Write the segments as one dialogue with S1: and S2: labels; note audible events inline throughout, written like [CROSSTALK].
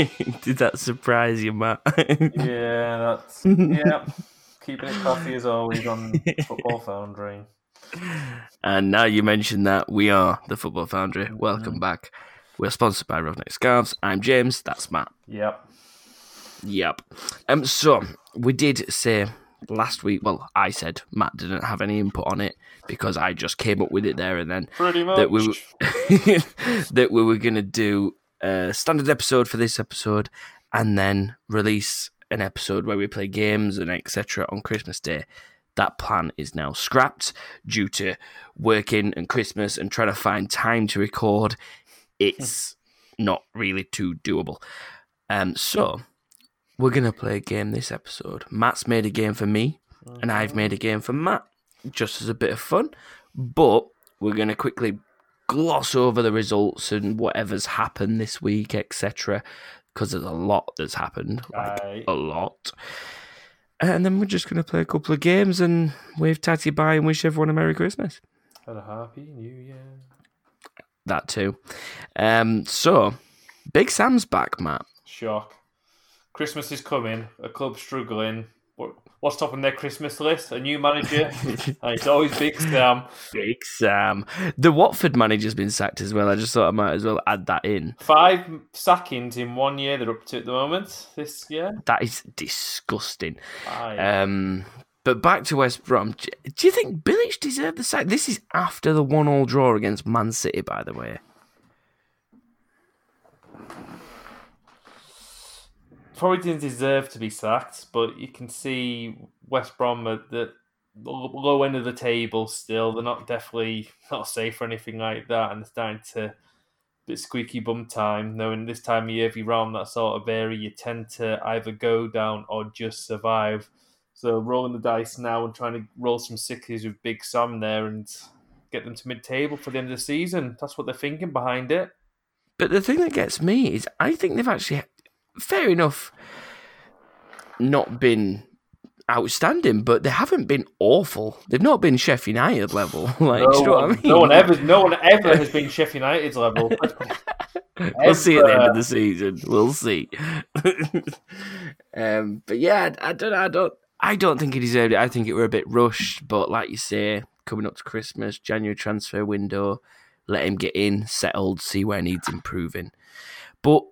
S1: [LAUGHS] Did that surprise you, Matt?
S2: Yeah, that's yeah. Keeping it coffee as always on Football Foundry.
S1: [LAUGHS] and now you mentioned that we are the Football Foundry. Welcome back. We're sponsored by Roughneck Scarves. I'm James. That's Matt.
S2: Yep.
S1: Yep. Um. So we did say last week. Well, I said Matt didn't have any input on it because I just came up with it there and then
S2: Pretty much.
S1: that we were, [LAUGHS] that we were going to do a standard episode for this episode and then release an episode where we play games and etc on Christmas Day. That plan is now scrapped due to working and Christmas and trying to find time to record. It's not really too doable. Um, so we're gonna play a game this episode. Matt's made a game for me, and I've made a game for Matt, just as a bit of fun. But we're gonna quickly gloss over the results and whatever's happened this week, etc. Because there's a lot that's happened, like
S2: Aye.
S1: a lot. And then we're just gonna play a couple of games and wave tatty bye and wish everyone a Merry Christmas.
S2: Had a happy New Year.
S1: That too. Um, so Big Sam's back, Matt.
S2: Shock. Christmas is coming. A club struggling. What, what's top on their Christmas list? A new manager. and it's always Big Sam.
S1: Big Sam. um, The Watford manager's been sacked as well. I just thought I might as well add that in.
S2: Five sackings in one year. They're up to at the moment. This year.
S1: That is disgusting.
S2: Aye.
S1: Um, but back to West Brom. Do do you think Bilic deserved the sack? This is after the one-all draw against Man City, by the way.
S2: Probably didn't deserve to be sacked, but you can see West Brom at the l- low end of the table still. They're not definitely [LAUGHS] not safe or anything like that, and they're starting to bit squeaky bum time. Knowing this time of year, if you round that sort of area, you tend to either go down or just survive. So rolling the dice now and trying to roll some sixes with Big Sam there and get them to mid-table for the end of the season. That's what they're thinking behind it.
S1: But the thing that gets me is I think they've actually, fair enough, not been outstanding, but they haven't been awful. They've not been Sheffield United level. [LAUGHS] Like, do
S2: No
S1: you know
S2: one,
S1: what I mean?
S2: no one ever, no one ever has
S1: [LAUGHS]
S2: been Sheffield United's level.
S1: We'll see at the end of the season. We'll see. [LAUGHS] um, but yeah, I, I don't, I don't, I don't think he deserved it. I think it were a bit rushed, but like you say, coming up to Christmas, January transfer window, let him get in, settled, see where needs improving. But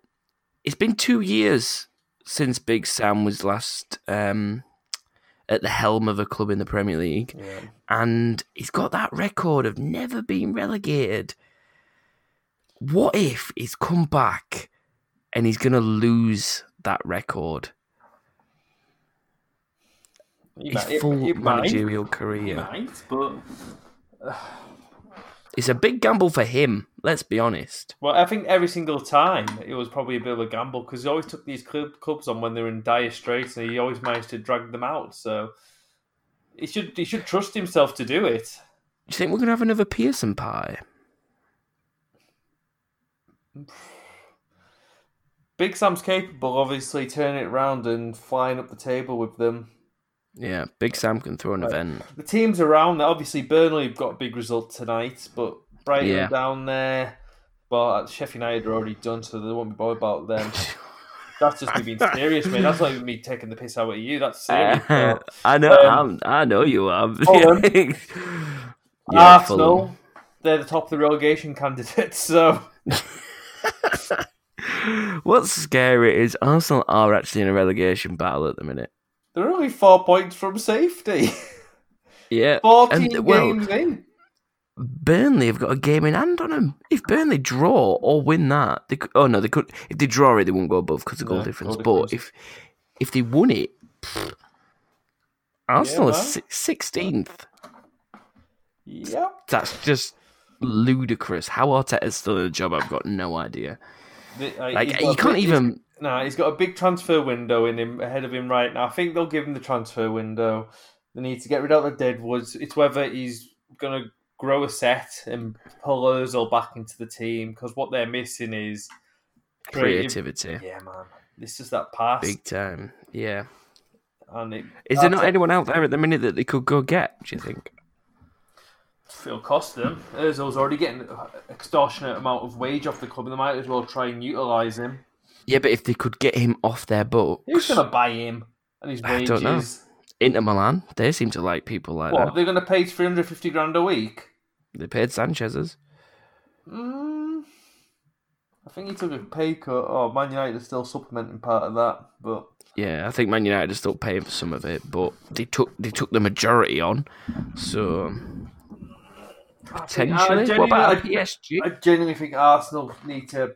S1: it's been two years since Big Sam was last um, at the helm of a club in the Premier League
S2: Yeah.
S1: and he's got that record of never being relegated. What if he's come back and he's going to lose that record?
S2: You
S1: His
S2: might- you-
S1: full
S2: you might,
S1: managerial
S2: you
S1: career.
S2: might, but
S1: It's a big gamble for him, let's be honest.
S2: well, I think every single time it was probably a bit of a gamble because he always took these club, clubs on when they were in dire straits, and he always managed to drag them out. So he should he should trust himself to do it.
S1: Do you think we're going to have another Pearson pie?
S2: Big Sam's capable, obviously, turning it round and flying up the table with them.
S1: Yeah, Big Sam can throw an
S2: Uh, [LAUGHS]
S1: event.
S2: the teams around there, obviously Burnley have got a big result tonight, but Brighton
S1: Yeah.
S2: down there. Well, Sheffield United are already done, so they won't be bothered about them. That's just me being serious, mate. That's not even me taking the piss out of you. That's
S1: Uh,
S2: serious. bro.
S1: [LAUGHS] I know,
S2: Um,
S1: I'm, I know you are. [LAUGHS]
S2: Fulham.
S1: Yeah,
S2: Ah, Arsenal,
S1: Fulham.
S2: they're the top of the relegation candidates, [LAUGHS] so
S1: What's scary is Arsenal are actually in a relegation battle at the minute.
S2: they're only four points from safety. [LAUGHS]
S1: Yeah,
S2: 14
S1: And, well,
S2: games in.
S1: Burnley have got a game in hand on them. If Burnley draw or win that, they could, oh no, they could. If they draw it, they won't go above because of goal
S2: No,
S1: difference.
S2: goal
S1: but
S2: difference.
S1: if if they won it, Arsenal
S2: man.
S1: is is sixteenth.
S2: Yep.
S1: That's just ludicrous. How Arteta's still in a job, I've got no idea.
S2: The- uh,
S1: Like
S2: he's got
S1: you
S2: a big-
S1: can't
S2: he's-
S1: even.
S2: No, he's got a big transfer window in him ahead of him right now. I think they'll give him the transfer window. They need to get rid of the dead woods. It's whether he's going to grow a set and pull Ozil back into the team because what they're missing is creative-
S1: Creativity,
S2: Yeah, man, it's just that pass.
S1: big time. Yeah.
S2: And it,
S1: Is there
S2: Arteta-
S1: not anyone out there at the minute that they could go get? Do you think?
S2: It'll cost them. Ozil's already getting an extortionate amount of wage off the club, and they might as well try and utilise him.
S1: Yeah, but if they could get him off their books,
S2: Who's going to buy him and his
S1: I
S2: wages?
S1: don't know. Inter Milan, they seem to like people like
S2: What,
S1: that.
S2: they're going to pay 350 grand a week?
S1: They paid Sanchez's.
S2: Mm, I think he took a pay cut. Oh, Man United are still supplementing part of that, but
S1: Yeah, I think Man United are still paying for some of it, but they took they took the majority on. So potentially,
S2: I
S1: what about
S2: genuinely-
S1: PSG?
S2: I genuinely think Arsenal need to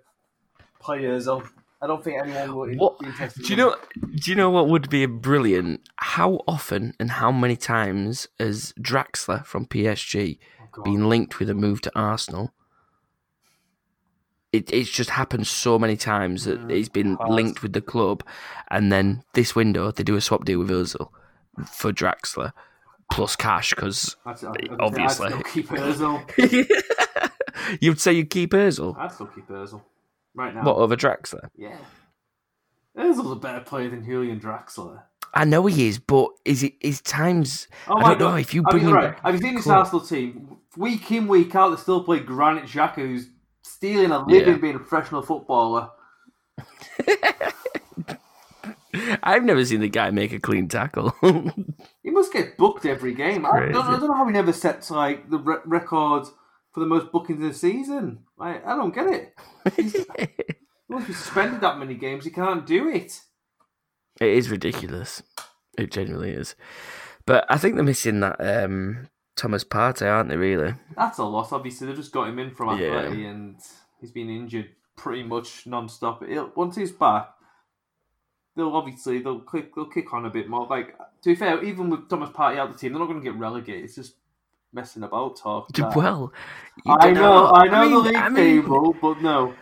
S2: players. I I don't think anyone would
S1: What-
S2: be interested.
S1: Do you
S2: in-
S1: know? Do you know what would be brilliant? How often and how many times has Draxler from PSG
S2: Oh, God.
S1: been linked with a move to Arsenal? It, it's just happened so many times that
S2: Mm,
S1: he's been
S2: Hard.
S1: linked with the club, and then this window they do a swap deal with Özil for Draxler plus cash because
S2: I'd- I'd- I'd-
S1: obviously.
S2: I'd still keep Özil.
S1: [LAUGHS] you'd say you'd keep Özil.
S2: I'd still keep Özil right now.
S1: What over Draxler?
S2: Yeah, Özil's a better player than Julian Draxler.
S1: I know he is, but is it is times?
S2: Oh
S1: I
S2: my
S1: don't know
S2: God.
S1: if you
S2: I
S1: bring
S2: mean,
S1: him.
S2: right. Have you seen this
S1: Cool.
S2: Arsenal team? Week in, week out, they still play Granit Xhaka, who's stealing a living
S1: Yeah.
S2: being a professional footballer.
S1: [LAUGHS] I've never seen the guy make a clean
S2: [LAUGHS]
S1: tackle.
S2: He must get booked every game. I don't, I
S1: crazy.
S2: don't know how he never sets like the re- record for the most bookings in a season. Like, I don't get it. He's-
S1: [LAUGHS]
S2: he must be suspended that many games. He can't do it.
S1: It is ridiculous. It genuinely is. But I think they're missing that um, Thomas Partey, aren't they? Really?
S2: That's a loss. Obviously, they just got him in from
S1: Yeah.
S2: Atleti, and he's been injured pretty much non-stop. He'll, once he's back, they'll obviously they'll click they'll kick on a bit more. Like to be fair, even with Thomas Partey out of the team, they're not going to get relegated. It's just messing about talk.
S1: Did
S2: that.
S1: well. You
S2: I
S1: don't
S2: know, I know
S1: mean-
S2: the league
S1: I mean,
S2: table, but no,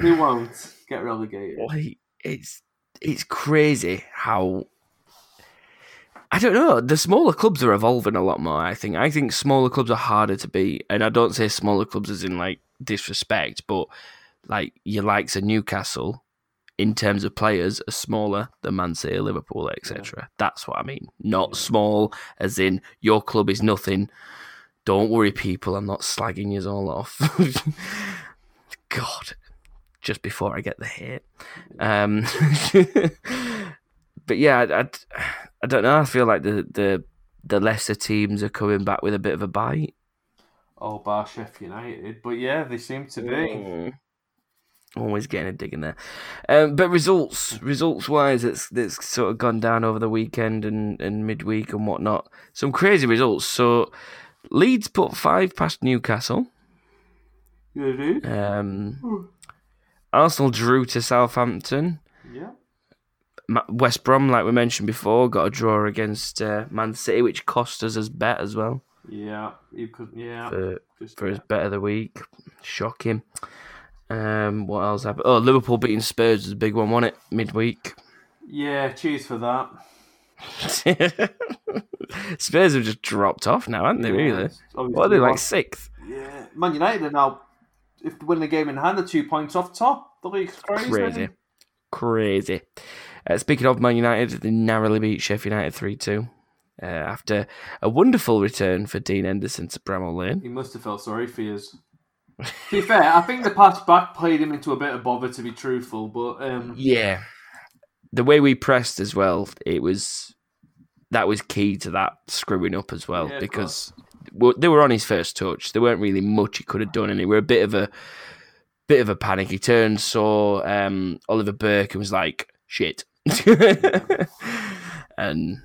S2: they won't get relegated.
S1: like, it's it's crazy how I don't know. The smaller clubs are evolving a lot more. I think. I think smaller clubs are harder to beat, and I don't say smaller clubs as in like disrespect, but like your likes of Newcastle, in terms of players, are smaller than Man City, Liverpool, etc. That's what I mean. Not small as in your club is nothing. Don't worry, people. I'm not slagging you all off. [LAUGHS] God, just before I get the hit. Um, [LAUGHS] but yeah, I, I, I don't know. I feel like the, the the lesser teams are coming back with a bit of a bite.
S2: Oh, bar Sheffield United, but yeah, they seem to be.
S1: Mm-hmm. Always getting a dig in there. Um, but results, results wise, it's it's sort of gone down over the weekend and, and midweek and whatnot. Some crazy results. So Leeds put five past Newcastle.
S2: They do,
S1: Um, Arsenal drew to Southampton.
S2: yeah.
S1: Ma- West Brom, like we mentioned before, got a draw against uh, Man City, which cost us as bet as well
S2: Yeah, you could. Yeah,
S1: for,
S2: just
S1: for his bet of the week. Shocking. Um, what else happened? Oh, Liverpool beating Spurs was a big one, wasn't it? Midweek. [LAUGHS]
S2: yeah. Cheers for that.
S1: Spurs have just dropped off now, haven't they? Really? What are
S2: Obviously,
S1: they like
S2: lost-
S1: sixth?
S2: Yeah, Man United are now if they win the game in hand, they're two points off top. The league's crazy.
S1: Crazy. Crazy. Uh, speaking of Man United, they narrowly beat Sheffield United 3 2 uh, after a wonderful return for Dean Henderson to Bramall Lane.
S2: He must have felt sorry for us. to be fair, I think the pass back played him into a bit of bother, to be truthful. But um,
S1: Yeah. The way we pressed as well, it was that was key to that screwing up as well
S2: Yeah, of
S1: because w- they were on his first touch. There weren't really much he could have done, and it were a bit of a bit of a panic. He turned, saw um, Oliver Burke, and was like, "Shit," [LAUGHS] and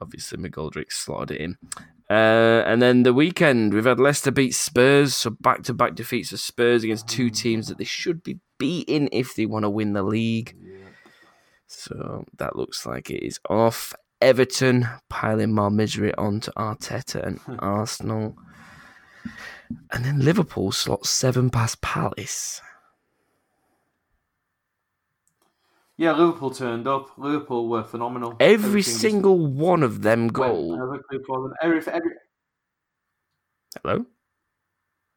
S1: obviously McGoldrick slotted it in. Uh, and then the weekend, we've had Leicester beat Spurs, so back to back defeats for Spurs against two
S2: Mm.
S1: teams that they should be beating if they want to win the league. So that looks like it is off. Everton piling more misery onto Arteta and Arsenal. And then Liverpool slot seven past Palace.
S2: yeah, Liverpool turned up. Liverpool were phenomenal.
S1: Every
S2: Everything just
S1: single one of them
S2: went
S1: goal.
S2: perfectly for them. Every, every,
S1: Hello?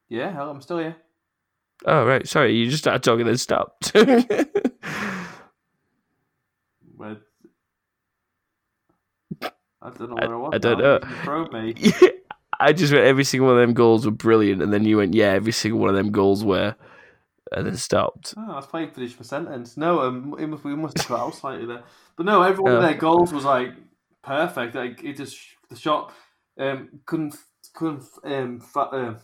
S2: yeah, hell, I'm still here.
S1: Oh, right. Sorry, you just started talking and [LAUGHS] stopped.
S2: Where, I don't know
S1: I-
S2: where I, was.
S1: I don't know.
S2: now. You throw me.
S1: I just went every single one of them goals were brilliant, and then you went, yeah, every single one of them goals were, and then stopped.
S2: Oh, I was playing finish my sentence. No, um, it must, we must have cut out slightly there. But no, everyone their goals was like perfect. Like it just the shot um, couldn't couldn't um, fa- um,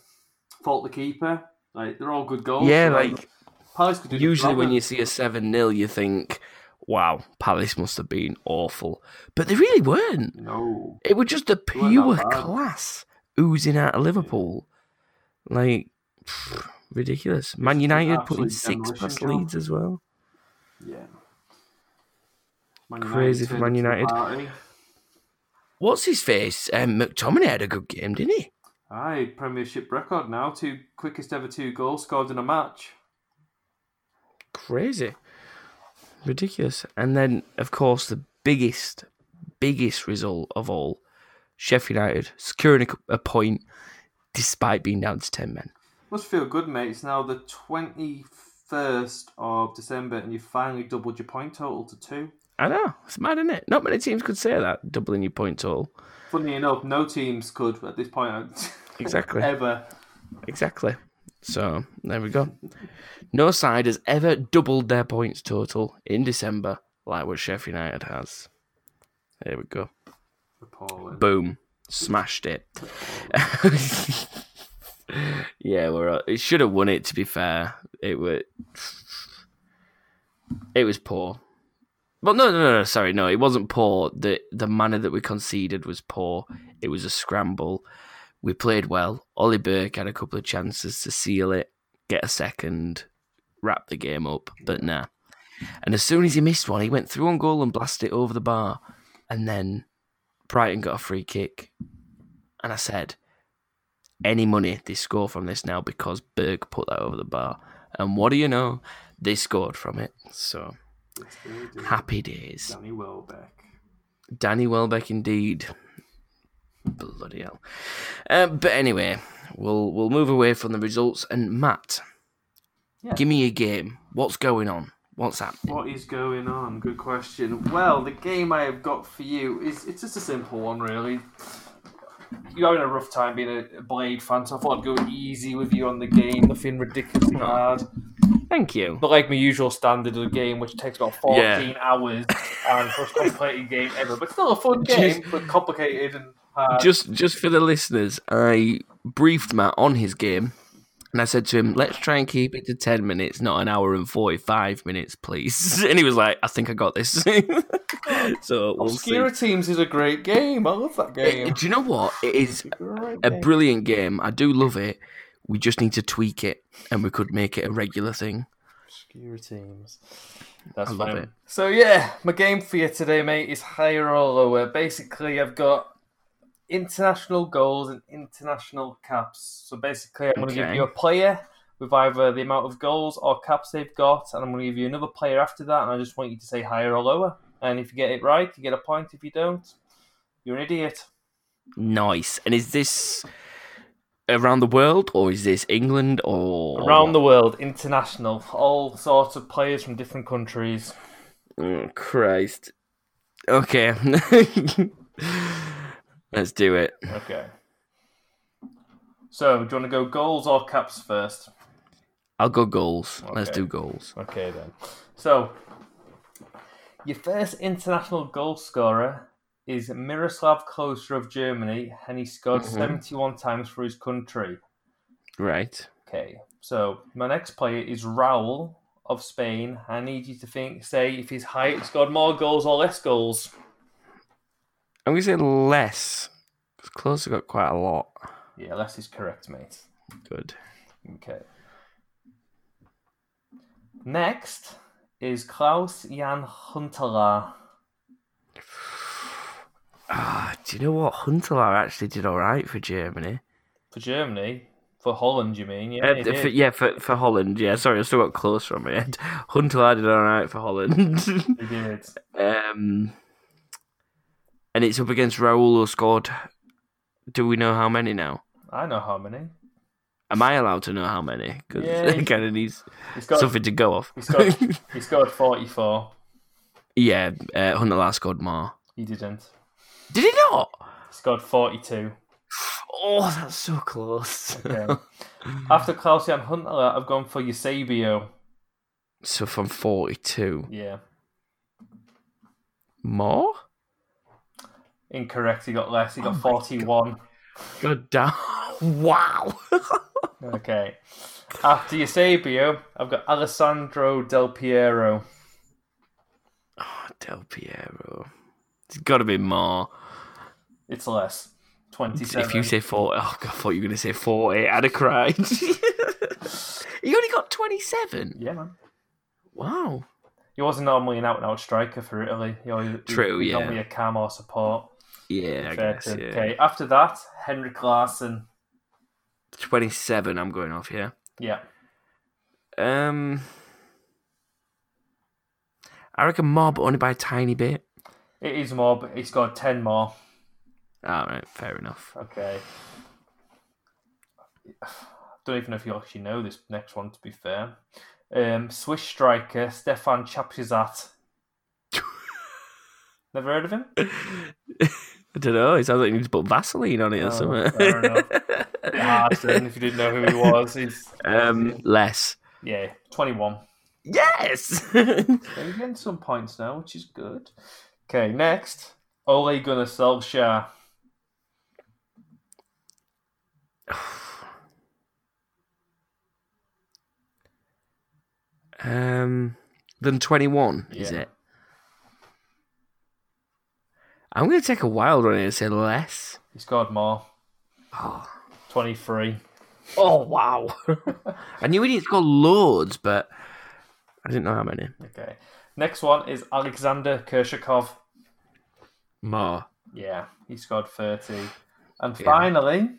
S2: fault the keeper. Like they're all good goals.
S1: Yeah,
S2: So,
S1: like
S2: Palace could do the
S1: usually when
S2: drama.
S1: you see a 7 0, you think, wow, Palace must have been awful. But they really weren't.
S2: no
S1: It was just the
S2: weren't that
S1: pure
S2: bad.
S1: class oozing out of Liverpool. Like, [SIGHS] pfft, ridiculous. Man
S2: Just an
S1: United putting
S2: absolute
S1: six
S2: demolition
S1: past
S2: job.
S1: Leeds as well.
S2: yeah. Man
S1: Crazy for
S2: turned
S1: Man
S2: into a
S1: United.
S2: party.
S1: What's his face? Um, McTominay had a good game, didn't he?
S2: Aye, Premiership record now. Two quickest ever two goals scored in a match.
S1: Crazy. Ridiculous. And then, of course, the biggest, biggest result of all Sheffield United securing a, a point despite being down to 10 men.
S2: Must feel good, mate. It's now the twenty first of December, and you finally doubled your point total to two.
S1: I know. It's mad, isn't it? Not many teams could say that, doubling your point total.
S2: Funny enough, no teams could at this point [LAUGHS]
S1: Exactly.
S2: ever.
S1: Exactly. So there we go. No side has ever doubled their points total in December like what Sheffield United has. There we go.
S2: Appalling.
S1: Boom. Smashed it. [LAUGHS] yeah, we're it should have won it to be fair. It were it was poor. Well no no no no, sorry, no, it wasn't poor. The the manner that we conceded was poor. It was a scramble. We played well. Ollie Burke had a couple of chances to seal it, get a second, wrap the game up, but nah. And as soon as he missed one, he went through on goal and blasted it over the bar. And then Brighton got a free kick. And I said, any money they score from this now because Berg put that over the bar. And what do you know? They scored from it. So
S2: Let's go, dude.
S1: happy days.
S2: Danny Welbeck.
S1: Danny Welbeck indeed. Bloody hell. Um, but anyway, we'll we'll move away from the results and Matt.
S2: Yeah.
S1: Give me a game. What's going on? What's happening?
S2: What is going on? Good question. Well, the game I have got for you is it's just a simple one, really. You're having a rough time being a- a Blade fan, so I thought I'd go easy with you on the game. Nothing ridiculously hard.
S1: Thank you.
S2: Not like my usual standard of the game, which takes about 14
S1: Yeah.
S2: hours and first complicated game ever. But still a fun game, but complicated and uh, hard.
S1: just just for the listeners, I briefed Matt on his game, and I said to him, "Let's try and keep it to ten minutes, not an hour and forty-five minutes, please." [LAUGHS] And he was like, "I think I got this." [LAUGHS] so we'll see.
S2: Obscura Teams is a great game. I love that game.
S1: Do you know what? It is
S2: Great
S1: a
S2: game.
S1: brilliant game. I do love it. We just need to tweak it, and we could make it a regular thing.
S2: Obscure teams. That's
S1: I love
S2: fine.
S1: it.
S2: So yeah, my game for you today, mate, is higher or lower. Basically, I've got international goals and international caps. So basically, I'm going to give
S1: Okay.
S2: you a player with either the amount of goals or caps they've got, and I'm going to give you another player after that, and I just want you to say higher or lower. And if you get it right, you get a point. If you don't, you're an idiot.
S1: Nice. And is this around the world, or is this England, or
S2: Around the world, international, all sorts of players from different countries.
S1: Oh, Christ. Okay. [LAUGHS] Let's do it.
S2: Okay. So, do you want to go goals or caps first?
S1: I'll go goals. Let's
S2: Okay.
S1: do goals.
S2: Okay, then. So, your first international goal scorer is Miroslav Klose of Germany, and he scored
S1: Mhm.
S2: 71 times for his country.
S1: Right.
S2: Okay, so my next player is Raul of Spain. I need you to think, say if he's high, scored more goals or less goals.
S1: I'm going to say less. Because closer got quite a lot.
S2: Yeah, less is correct, mate.
S1: Good.
S2: Okay. Next is Klaus Jan Huntelaar.
S1: Ah, do you know what? Huntelaar actually did all right for Germany.
S2: For Germany? For Holland, you mean? Yeah.
S1: Uh,
S2: he
S1: th- for,
S2: did.
S1: yeah, for, for Holland. Yeah, sorry, I still got closer on my head. [LAUGHS] Huntelaar did all right for Holland. [LAUGHS]
S2: He did.
S1: um, and it's up against Raul, who scored. Do we know how many now?
S2: I know how many.
S1: Am I allowed to know how many? Because [LAUGHS]
S2: Yeah,
S1: it
S2: you-
S1: kind of needs
S2: He scored,
S1: something to go off.
S2: he scored,
S1: [LAUGHS]
S2: he scored 44.
S1: yeah, uh, Hunter last scored more.
S2: He didn't.
S1: Did he not?
S2: He scored 42.
S1: Oh, that's so close. [LAUGHS]
S2: Okay. After Klausian Huntelaar, I've gone for Eusebio.
S1: so from 42.
S2: Yeah.
S1: More?
S2: Incorrect. He got less. He got
S1: Oh my
S2: 41.
S1: God damn. [LAUGHS] Wow.
S2: Okay. After Eusebio, I've got Alessandro Del Piero.
S1: oh, Del Piero. It's got to be more.
S2: It's less. 27.
S1: If you say 40, oh, God, I thought you were going to say 40. I'd have cried. [LAUGHS] he only got 27.
S2: Yeah, man.
S1: Wow.
S2: He wasn't normally an out and out striker for Italy. He always,
S1: True,
S2: he, he's
S1: yeah.
S2: Normally a cam or support.
S1: Yeah, I
S2: Fair
S1: guess.
S2: to-
S1: Yeah.
S2: Okay. After that, Henrik Larsson.
S1: 27, I'm going off here.
S2: Yeah.
S1: Um, I reckon Mob only by a tiny bit.
S2: It is more, but he scored 10 more.
S1: All right, fair
S2: [LAUGHS]
S1: enough. [LAUGHS]
S2: Okay. Don't even know if you actually know this next one, to be fair. Um, Swiss striker Stefan
S1: [LAUGHS]
S2: Chapuzat. Never heard of him?
S1: I don't know. It sounds like you need to put Vaseline on it or
S2: Oh,
S1: something.
S2: fair
S1: [LAUGHS]
S2: enough. Bit hard then, if you didn't Ah, know who he was. He's,
S1: um, less.
S2: yeah, 21.
S1: Yes. [LAUGHS]
S2: So he's getting some points now, which is good. Okay, next. Ole Gunnar Solskjaer.
S1: um, then twenty-one is
S2: Yeah.
S1: it? I'm going to take a wild one here and say less.
S2: He scored more.
S1: Oh,
S2: 23.
S1: oh wow! [LAUGHS] I knew we didn't score loads, but I didn't know how many
S2: Okay. Next one is Alexander Kershakov.
S1: more.
S2: Yeah, he scored 30. And
S1: Yeah.
S2: finally,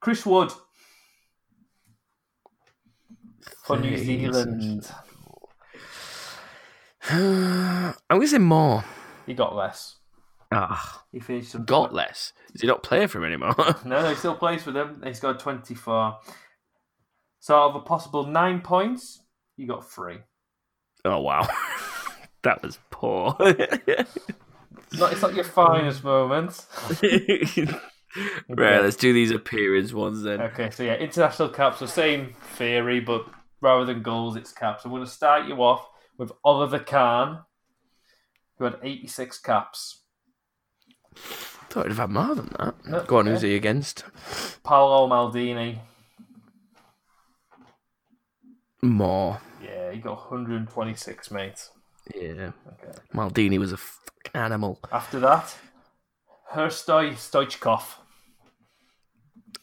S2: Chris Wood for New
S1: Thirty.
S2: Zealand.
S1: [SIGHS] I'm going to say more.
S2: He got less.
S1: Ah,
S2: He finished some
S1: got less. Does he not play for him anymore? [LAUGHS]
S2: No, no, he still plays for them. He scored 24. So out of a possible nine points, you got three.
S1: oh wow, [LAUGHS] that was poor. [LAUGHS]
S2: It's not, it's not your finest moment.
S1: right, let's do these appearance ones then.
S2: Okay, so yeah, international caps, the same theory, but rather than goals, it's caps. I'm going to start you off with Oliver Kahn, who had 86 caps.
S1: Thought I'd have had more than that.
S2: No,
S1: Go on,
S2: okay.
S1: who's he against?
S2: Paolo Maldini,
S1: More.
S2: yeah, he got 126, mate.
S1: Yeah.
S2: Okay.
S1: Maldini was a fucking animal.
S2: After that, Herstoy Stoichkov.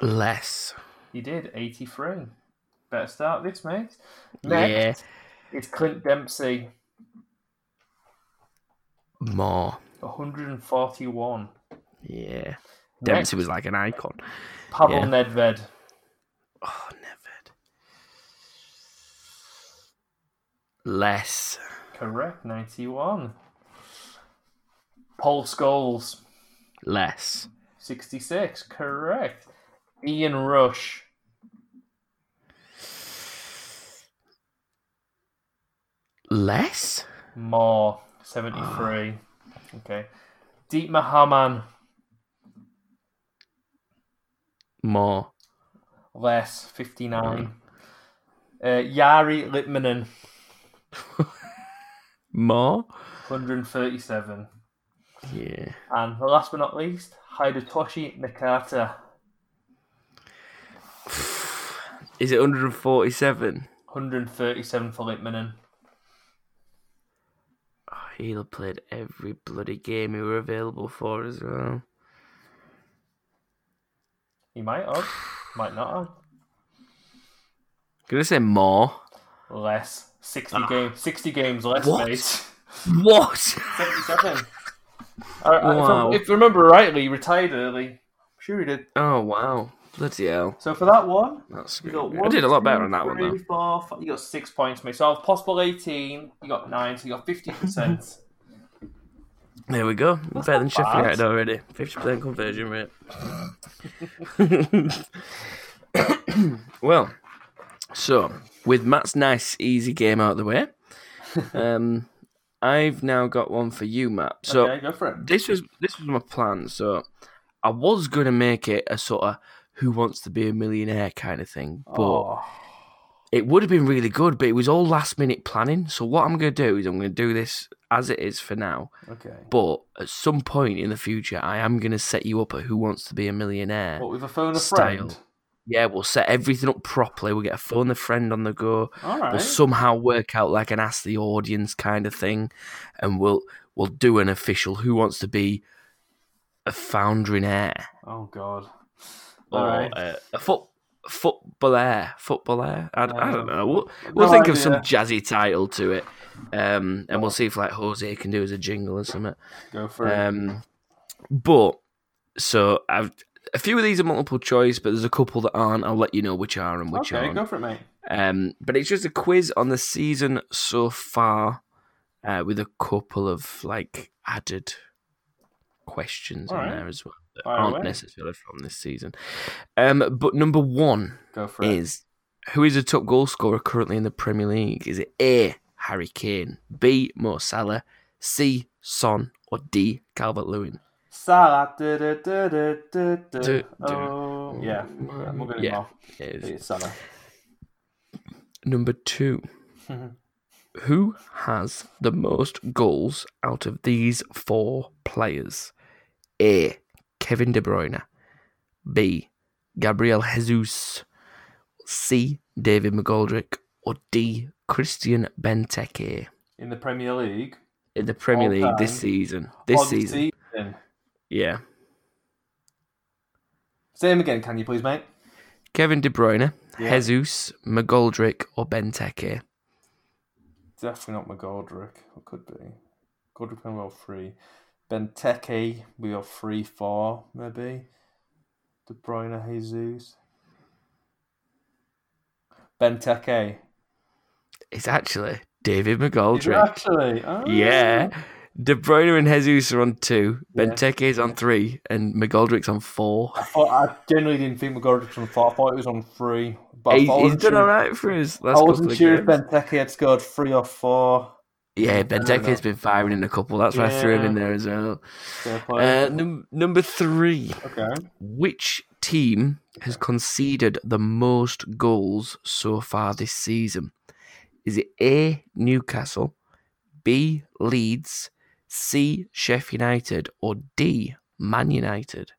S1: Less.
S2: He did 83. Better start this, mate. Next, it's Clint Dempsey,
S1: Yeah. More.
S2: 141.
S1: Yeah. Dempsey was like an icon.
S2: Pavel
S1: yeah.
S2: Nedved,
S1: Oh, Neved. Less.
S2: correct, 91. Paul Scholes,
S1: Less.
S2: 66, correct. Ian Rush,
S1: Less?
S2: more, 73. Okay. Deep Mahaman,
S1: More.
S2: less 59 uh, yari litmanen
S1: More?
S2: 137
S1: Yeah.
S2: and last but not least hidetoshi nakata
S1: Is it 147?
S2: 137 for litmanen
S1: Oh, he'll played every bloody game he were available for as well.
S2: he might have might not
S1: Gonna say more.
S2: have less 60 games 60 games less
S1: What?
S2: mate
S1: What?
S2: 77 I, I-
S1: Wow.
S2: if, I, if I remember rightly he retired early I'm sure he did
S1: Oh wow. Bloody hell.
S2: so for that one
S1: That's
S2: you
S1: good.
S2: got
S1: I
S2: one,
S1: did a lot
S2: two,
S1: better on that one
S2: three,
S1: though.
S2: four, five- you got six points mate so out of possible 18 you got 9 so you
S1: [LAUGHS]
S2: got 50%
S1: There we go. better than
S2: not
S1: Sheffield
S2: bad.
S1: United already. Fifty percent conversion rate. [LAUGHS] well, so with Matt's nice easy game out of the [LAUGHS] way, um, I've now got one for you, Matt. So
S2: okay go for it
S1: this was this was my plan. So I was going to make it a sort of who wants to be a millionaire kind of thing, but
S2: Oh.
S1: it would have been really good, but it was all last minute planning. So what I'm going to do is I'm going to do this as it is for now.
S2: okay.
S1: But at some point in the future, I am going to set you up at Who Wants to Be a Millionaire.
S2: What with a phone a
S1: Style.
S2: friend?
S1: Yeah, we'll set everything up properly. We'll get a phone a friend on the go.
S2: All
S1: We'll
S2: right.
S1: somehow work out like an ask the audience kind of thing, and we'll we'll do an official Who Wants to Be a Foundering Heir
S2: oh God.
S1: or
S2: All right.
S1: a, a foot. Football air, football air. I, I don't
S2: Uh,
S1: know. We'll, we'll
S2: no
S1: think of some
S2: idea.
S1: jazzy title to it, um, and we'll see if like Jose can do as a jingle or something.
S2: Go for it.
S1: Um, but so I've a few of these are multiple choice, but there's a couple that aren't. I'll let you know which are and which
S2: okay,
S1: aren't.
S2: go for it, mate.
S1: Um, but it's just a quiz on the season so far, uh, with a couple of like added questions on
S2: Alright.
S1: there as well that
S2: Fire
S1: aren't
S2: away.
S1: necessarily from this season. Um, but number one
S2: Go for it.
S1: is who is the top goal scorer currently in the Premier League? Is it A. Harry Kane, B. Mo Salah, C. Son, or D. Calvert Lewin?
S2: Salah. Du, du, du, du, du,
S1: Du-
S2: du.
S1: du.
S2: Oh, yeah. I'm not gonna
S1: Yeah.
S2: yeah. It's Salah. [LAUGHS]
S1: Number two. Who has the most goals out of these four players? A. Kevin De Bruyne. B. Gabriel Jesus. C. David McGoldrick. Or D. Christian Benteke.
S2: In the Premier League.
S1: In the Premier
S2: All
S1: League this
S2: time.
S1: season. This
S2: On
S1: season.
S2: season.
S1: Yeah.
S2: Say him again, can you please, mate?
S1: Kevin De Bruyne,
S2: Yeah.
S1: Jesus, McGoldrick, or Benteke.
S2: Definitely not McGoldrick. It could be. Goldrick and well three. Benteke, we are three four, maybe. De Bruyne Jesus. Benteke.
S1: It's actually David
S2: Is it
S1: McGoldrick.
S2: Actually. Oh.
S1: Yeah. De Bruyne and Jesus are on two,
S2: Yeah.
S1: Benteke is on three, and McGoldrick's on four.
S2: I, thought, I generally didn't think McGoldrick was on four. I thought it was on three. But I
S1: He's,
S2: thought- I
S1: he's
S2: wasn't
S1: done
S2: sure-
S1: all right for his last
S2: I
S1: couple
S2: wasn't
S1: of
S2: sure if
S1: games.
S2: Benteke had scored three or four.
S1: Yeah,
S2: don't
S1: Benteke's
S2: know.
S1: been firing in a couple. That's why I threw him in there as well.
S2: Fair play.
S1: Uh, num- number three.
S2: okay.
S1: Which team has conceded the most goals so far this season? Is it A. Newcastle, B. Leeds, C. Sheffield United, or D. Man United?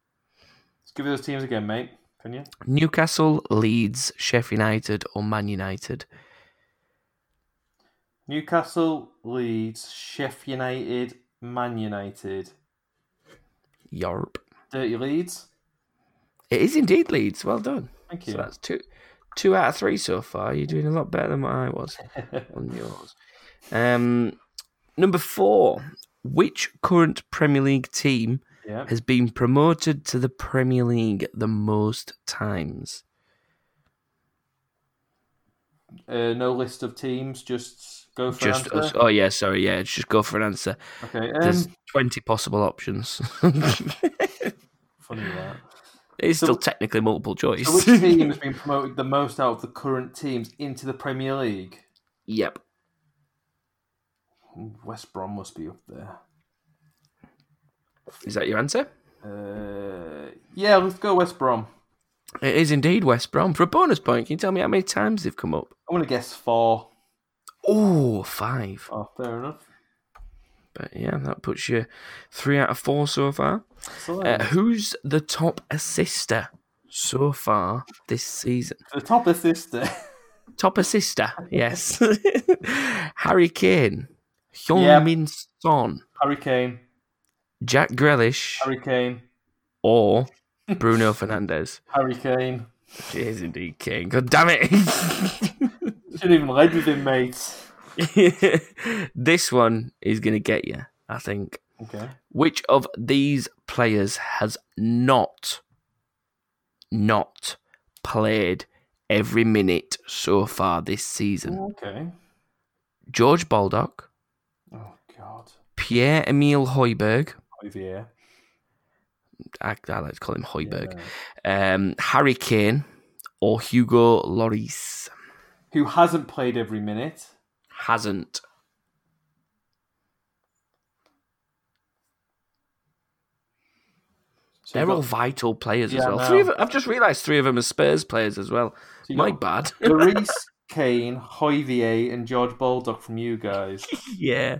S2: Let's give those teams again, mate. Can you?
S1: Newcastle, Leeds, Sheffield United, or Man United?
S2: Newcastle, Leeds, Sheffield United, Man United.
S1: Yarp.
S2: Dirty Leeds.
S1: It is indeed Leeds. Well done.
S2: Thank
S1: So
S2: you.
S1: that's two, two out of three so far. You're doing a lot better than what I
S2: [LAUGHS]
S1: was on yours. Um, number four. Which current Premier League team
S2: yeah.
S1: has been promoted to the Premier League the most times?
S2: Uh, no list of teams. Just go for
S1: Just
S2: an answer.
S1: us. Oh yeah, sorry. Yeah, just go for an answer.
S2: Okay.
S1: There's
S2: Um,
S1: 20 possible
S2: [LAUGHS]
S1: options.
S2: funny that.
S1: it's
S2: So-
S1: still technically multiple choice. [LAUGHS]
S2: So which team has been promoted the most out of the current teams into the Premier League?
S1: yep.
S2: West Brom must be up there.
S1: Is that your answer?
S2: Uh, yeah, let's go West Brom.
S1: It is indeed West Brom. For a bonus point, can you tell me how many times they've come up?
S2: I'm gonna guess four.
S1: Oh, five.
S2: Oh, fair enough.
S1: But yeah, that puts you three out of four so far.
S2: So
S1: Uh, who's the top assister so far this season?
S2: the top assistant.
S1: Top assister, yes. Harry Kane, Hyun
S2: Yeah.
S1: Min Son,
S2: [LAUGHS] Harry Kane.
S1: Jack Grealish,
S2: Harry Kane.
S1: or Bruno Fernandez.
S2: Harry Kane.
S1: It is indeed Kane. God damn it. [LAUGHS]
S2: Shouldn't even led with him, mate.
S1: this one is going to get you, I think.
S2: Okay.
S1: Which of these players has not not played every minute so far this season?
S2: Okay.
S1: George Baldock,
S2: Oh God.
S1: Pierre Emile Hoiberg,
S2: Javier.
S1: I, I like to call him Hoiberg,
S2: Yeah.
S1: um, Harry Kane, or Hugo Lloris
S2: Who hasn't played every minute?
S1: hasn't.
S2: So
S1: They're
S2: you've
S1: all
S2: got-
S1: vital players
S2: Yeah,
S1: as
S2: I
S1: well.
S2: know.
S1: Three of, I've just realised three of them are Spurs players as well.
S2: so you've
S1: My
S2: got
S1: bad.
S2: [LAUGHS]
S1: [LAUGHS]
S2: Lloris, Kane, Hoyvier, and George Baldock from you guys.
S1: yeah.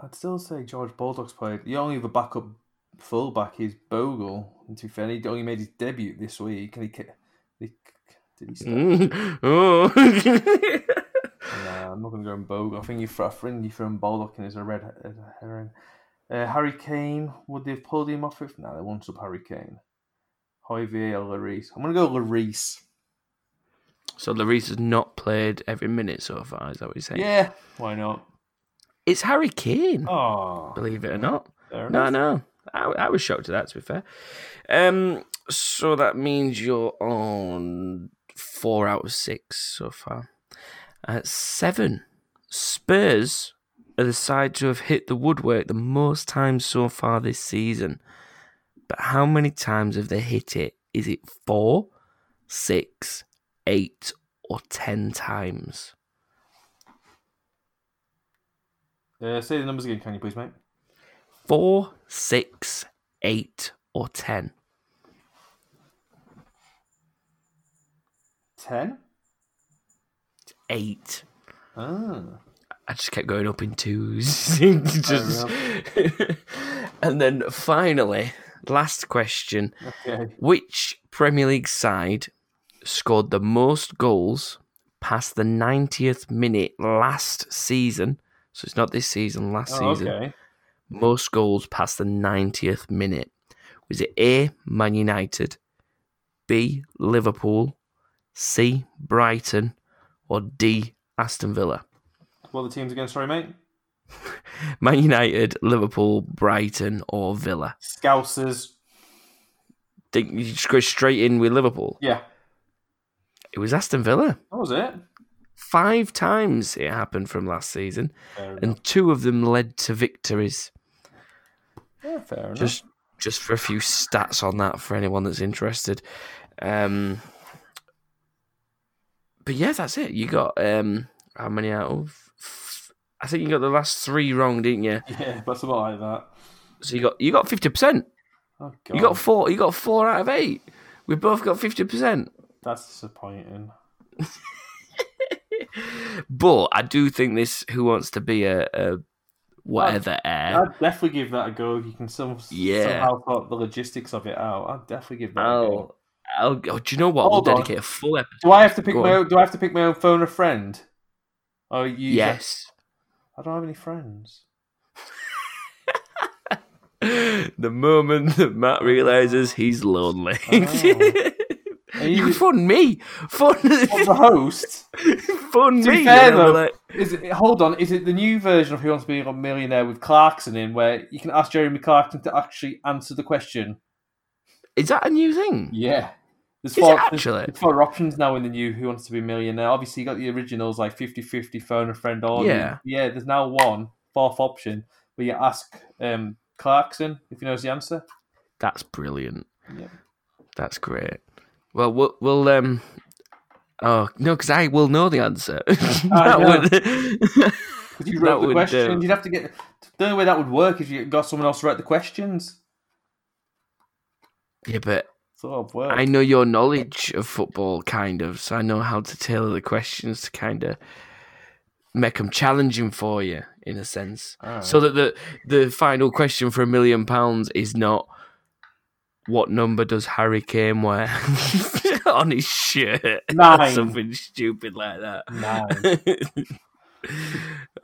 S2: I'd still say George Baldock's played. The only other backup fullback is Bogle. And to be fair, he only made his debut this week. And he, ca- he c- did he start?
S1: Mm. [LAUGHS] Oh.
S2: Nah, I'm not going to go in Bogle. I think you throw, I think you throwing Baldock in as a red as a herring. Uh, Harry Kane, would they have pulled him off if? No, they won't sub Harry Kane. Javier or Lloris. I'm going to go Lloris.
S1: so Lloris has not played every minute so far. Is that what you're saying?
S2: Yeah, why not?
S1: It's Harry Kane.
S2: Oh,
S1: Believe it or not.
S2: fair
S1: No, no.
S2: enough.
S1: I, I was shocked at that, to be fair. Um, so that means you're on four out of six so far. At seven, Spurs are the side to have hit the woodwork the most times so far this season. But how many times have they hit it? Is it four, six, eight, or ten times?
S2: Uh, say the numbers again, can you please, mate?
S1: Four, six, eight, or ten?
S2: 10?
S1: Eight.
S2: Ah.
S1: I just kept going up in twos. [LAUGHS] Just- [LAUGHS] and then finally, last question.
S2: Okay.
S1: Which Premier League side scored the most goals past the 90th minute last season? So it's not this season, last
S2: Oh,
S1: season.
S2: okay.
S1: Most goals past the 90th minute. Was it A, Man United, B, Liverpool, C, Brighton, or D, Aston Villa?
S2: What are the teams again? Sorry, mate.
S1: Man United, Liverpool, Brighton, or Villa.
S2: Scousers.
S1: Think you just go straight in with Liverpool.
S2: Yeah,
S1: It was Aston Villa.
S2: that was it.
S1: Five times it happened from last season,
S2: Fair enough.
S1: and two of them led to victories.
S2: Yeah, fair enough.
S1: Just, just for a few stats on that for anyone that's interested. Um, but yeah, that's it. You got um, how many out of? I think you got the last three wrong, didn't you?
S2: [LAUGHS] yeah, but something like that.
S1: So you got you got fifty percent.
S2: Oh, God.
S1: You got four. You got four out of eight. We both got fifty percent.
S2: That's disappointing.
S1: But I do think this Who Wants to Be a, a Whatever Air.
S2: I'd definitely give that a go if you can some,
S1: Yeah.
S2: somehow sort the logistics of it out. I'd definitely give that a go.
S1: I'll, I'll, oh, do you know what?
S2: Hold
S1: we'll
S2: on.
S1: dedicate a full episode.
S2: Do I have to pick
S1: Go
S2: my
S1: on.
S2: own, do I have to pick my own phone a friend? Oh, you
S1: Yes.
S2: I don't have any friends.
S1: [LAUGHS] the moment that Matt realizes he's lonely.
S2: Oh.
S1: [LAUGHS]
S2: Are
S1: you [LAUGHS]
S2: you,
S1: fun me. Fun,
S2: [LAUGHS] What's the host?
S1: [LAUGHS] fun
S2: To be
S1: me.
S2: fair,
S1: and then we're
S2: though-
S1: like,
S2: Is it, hold on, is it the new version of Who Wants to Be a Millionaire with Clarkson in, where you can ask Jeremy Clarkson to actually answer the question?
S1: is that a new thing?
S2: Yeah,
S1: Is
S2: there's four,
S1: it actually?
S2: there's four options now in the new Who Wants to Be a Millionaire. Obviously, you got the originals like 50-50 phone a friend or
S1: Yeah.
S2: yeah. There's now one fourth option where you ask um, Clarkson if he knows the answer.
S1: That's brilliant.
S2: Yeah.
S1: That's great. Well, we'll, we'll um. Oh no, because I will know the answer. [LAUGHS] that would. [LAUGHS]
S2: Because you
S1: that
S2: wrote the
S1: would,
S2: questions,
S1: uh,
S2: you'd have to get. The only way that would work is you got someone else to write the questions.
S1: yeah, but
S2: Sort of work.
S1: I know your knowledge of football, kind of, so I know how to tailor the questions to kind of make them challenging for you, in a sense,
S2: Alright.
S1: so that the the final question for a million pounds is not what number does Harry Kane wear [LAUGHS] on his shirt [LAUGHS] or
S2: Nine.
S1: something stupid like that. [LAUGHS]
S2: Nine.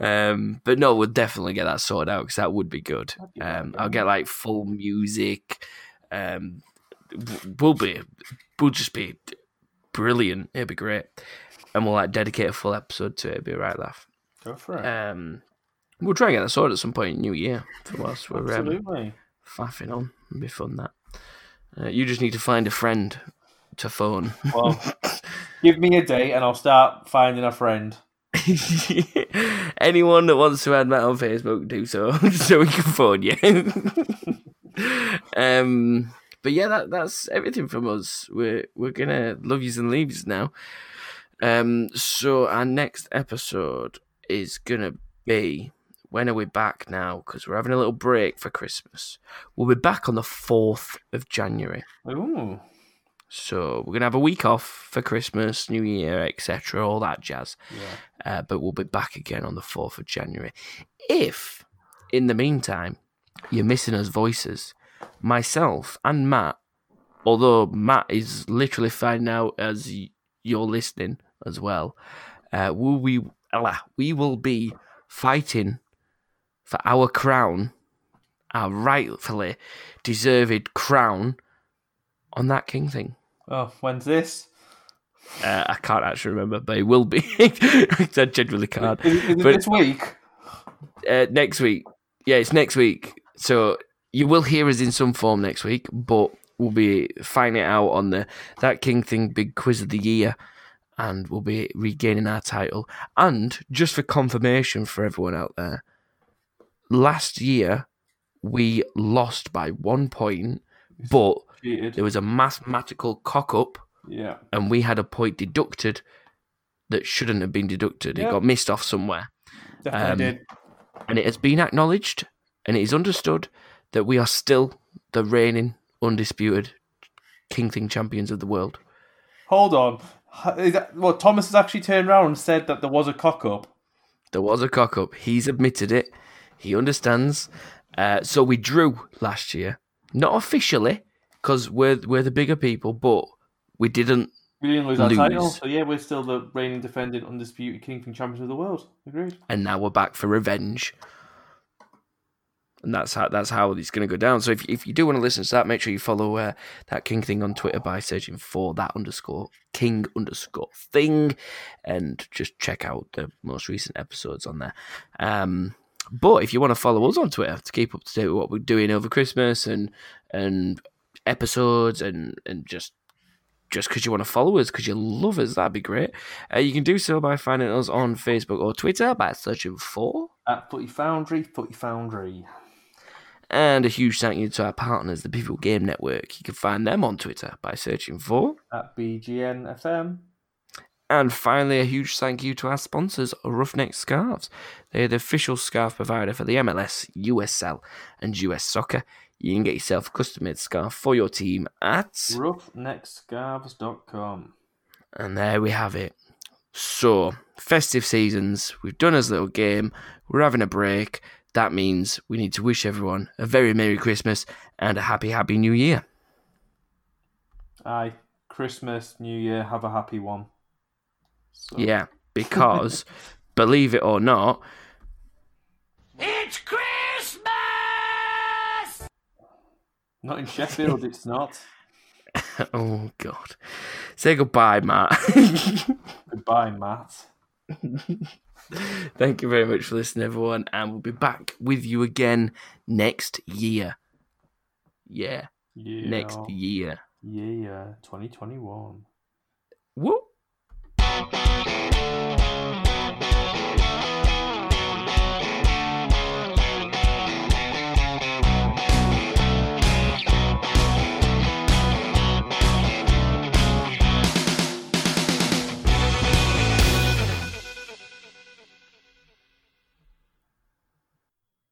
S1: um, but no, we'll definitely get that sorted out because that would be good.
S2: That'd be
S1: Um,
S2: lovely.
S1: I'll get like full music. Um, w- we'll be, we'll just be brilliant. It'd be great, and we'll like dedicate a full episode to it. It'd be a right laugh.
S2: Go for it.
S1: Um, we'll try and get that sorted at some point in the new year for us. We're um,
S2: Absolutely.
S1: faffing on. It'd be fun that. Uh, you just need to find a friend to phone.
S2: Well, give me a date and I'll start finding a friend.
S1: [LAUGHS] Anyone that wants to add Matt on Facebook, do so, [LAUGHS] so we can phone you. [LAUGHS] um, but yeah, that, that's everything from us. We're we're gonna love yous and leaves now. Um, so our next episode is gonna be When are we back now? Because we're having a little break for Christmas. We'll be back on the 4th of January.
S2: Ooh.
S1: So we're going to have a week off for Christmas, New Year, etc., all that jazz.
S2: Yeah.
S1: Uh, but we'll be back again on the 4th of January. If, in the meantime, you're missing us voices, myself and Matt, although Matt is literally fine now as y- you're listening as well, uh, will we, alah, we will be fighting for our crown, our rightfully deserved crown on that king thing.
S2: Oh, when's this?
S1: Uh, I can't actually remember, but it will be. [LAUGHS] I genuinely can't.
S2: Is, is it
S1: But-
S2: this week?
S1: Uh, next week. Yeah, it's next week. So you will hear us in some form next week, but we'll be finding it out on the That King Thing Big Quiz of the Year. And we'll be regaining our title. And just for confirmation for everyone out there, last year we lost by one point, but
S2: Cheated.
S1: there was a mathematical cock up
S2: Yeah.
S1: and we had a point deducted that shouldn't have been deducted. It
S2: Yep.
S1: got missed off somewhere.
S2: Definitely
S1: Um,
S2: did.
S1: And it has been acknowledged and it is understood that we are still the reigning, undisputed King Thing champions of the world.
S2: Hold on. Ha- Is that, well, Thomas has actually turned around and said that there was a cock up.
S1: There was a cock up. He's admitted it. He understands. Uh, so we drew last year. Not officially, because we're, we're the bigger people, but we didn't.
S2: We didn't lose our
S1: Lose.
S2: title, so yeah, we're still the reigning, defending, undisputed King and champions of the world. Agreed.
S1: And now we're back for revenge. And that's how that's how it's going to go down. So if, if you do want to listen to that, make sure you follow uh, that King Thing on Twitter by searching for that underscore King underscore Thing, and just check out the most recent episodes on there. Um, but if you want to follow us on Twitter to keep up to date with what we're doing over Christmas and and episodes and and just just because you want to follow us because you love us, that'd be great. Uh, you can do so by finding us on Facebook or Twitter by searching for
S2: At Footy Foundry, Footy Foundry.
S1: and a huge thank you to our partners, the People Game Network. You can find them on Twitter by searching for.
S2: At BGNFM.
S1: And finally, a huge thank you to our sponsors, Roughneck Scarves. They are the official scarf provider for the MLS, USL, and US Soccer. You can get yourself a custom made scarf for your team at.
S2: Roughneckscarves.com.
S1: And there we have it. So, festive seasons, we've done his little game, we're having a break. That means we need to wish everyone a very Merry Christmas and a happy, happy New Year.
S2: Aye. Christmas, New Year, have a happy one. So,
S1: Yeah, because believe it or not,
S2: Not in Sheffield, it's
S1: [LAUGHS]
S2: not.
S1: [LAUGHS] oh God, say goodbye, Matt. [LAUGHS]
S2: Goodbye, Matt.
S1: Thank you very much for listening, everyone, and we'll be back with you again next year. Yeah,
S2: Yeah.
S1: next year.
S2: Yeah, 2021.
S1: Whoop.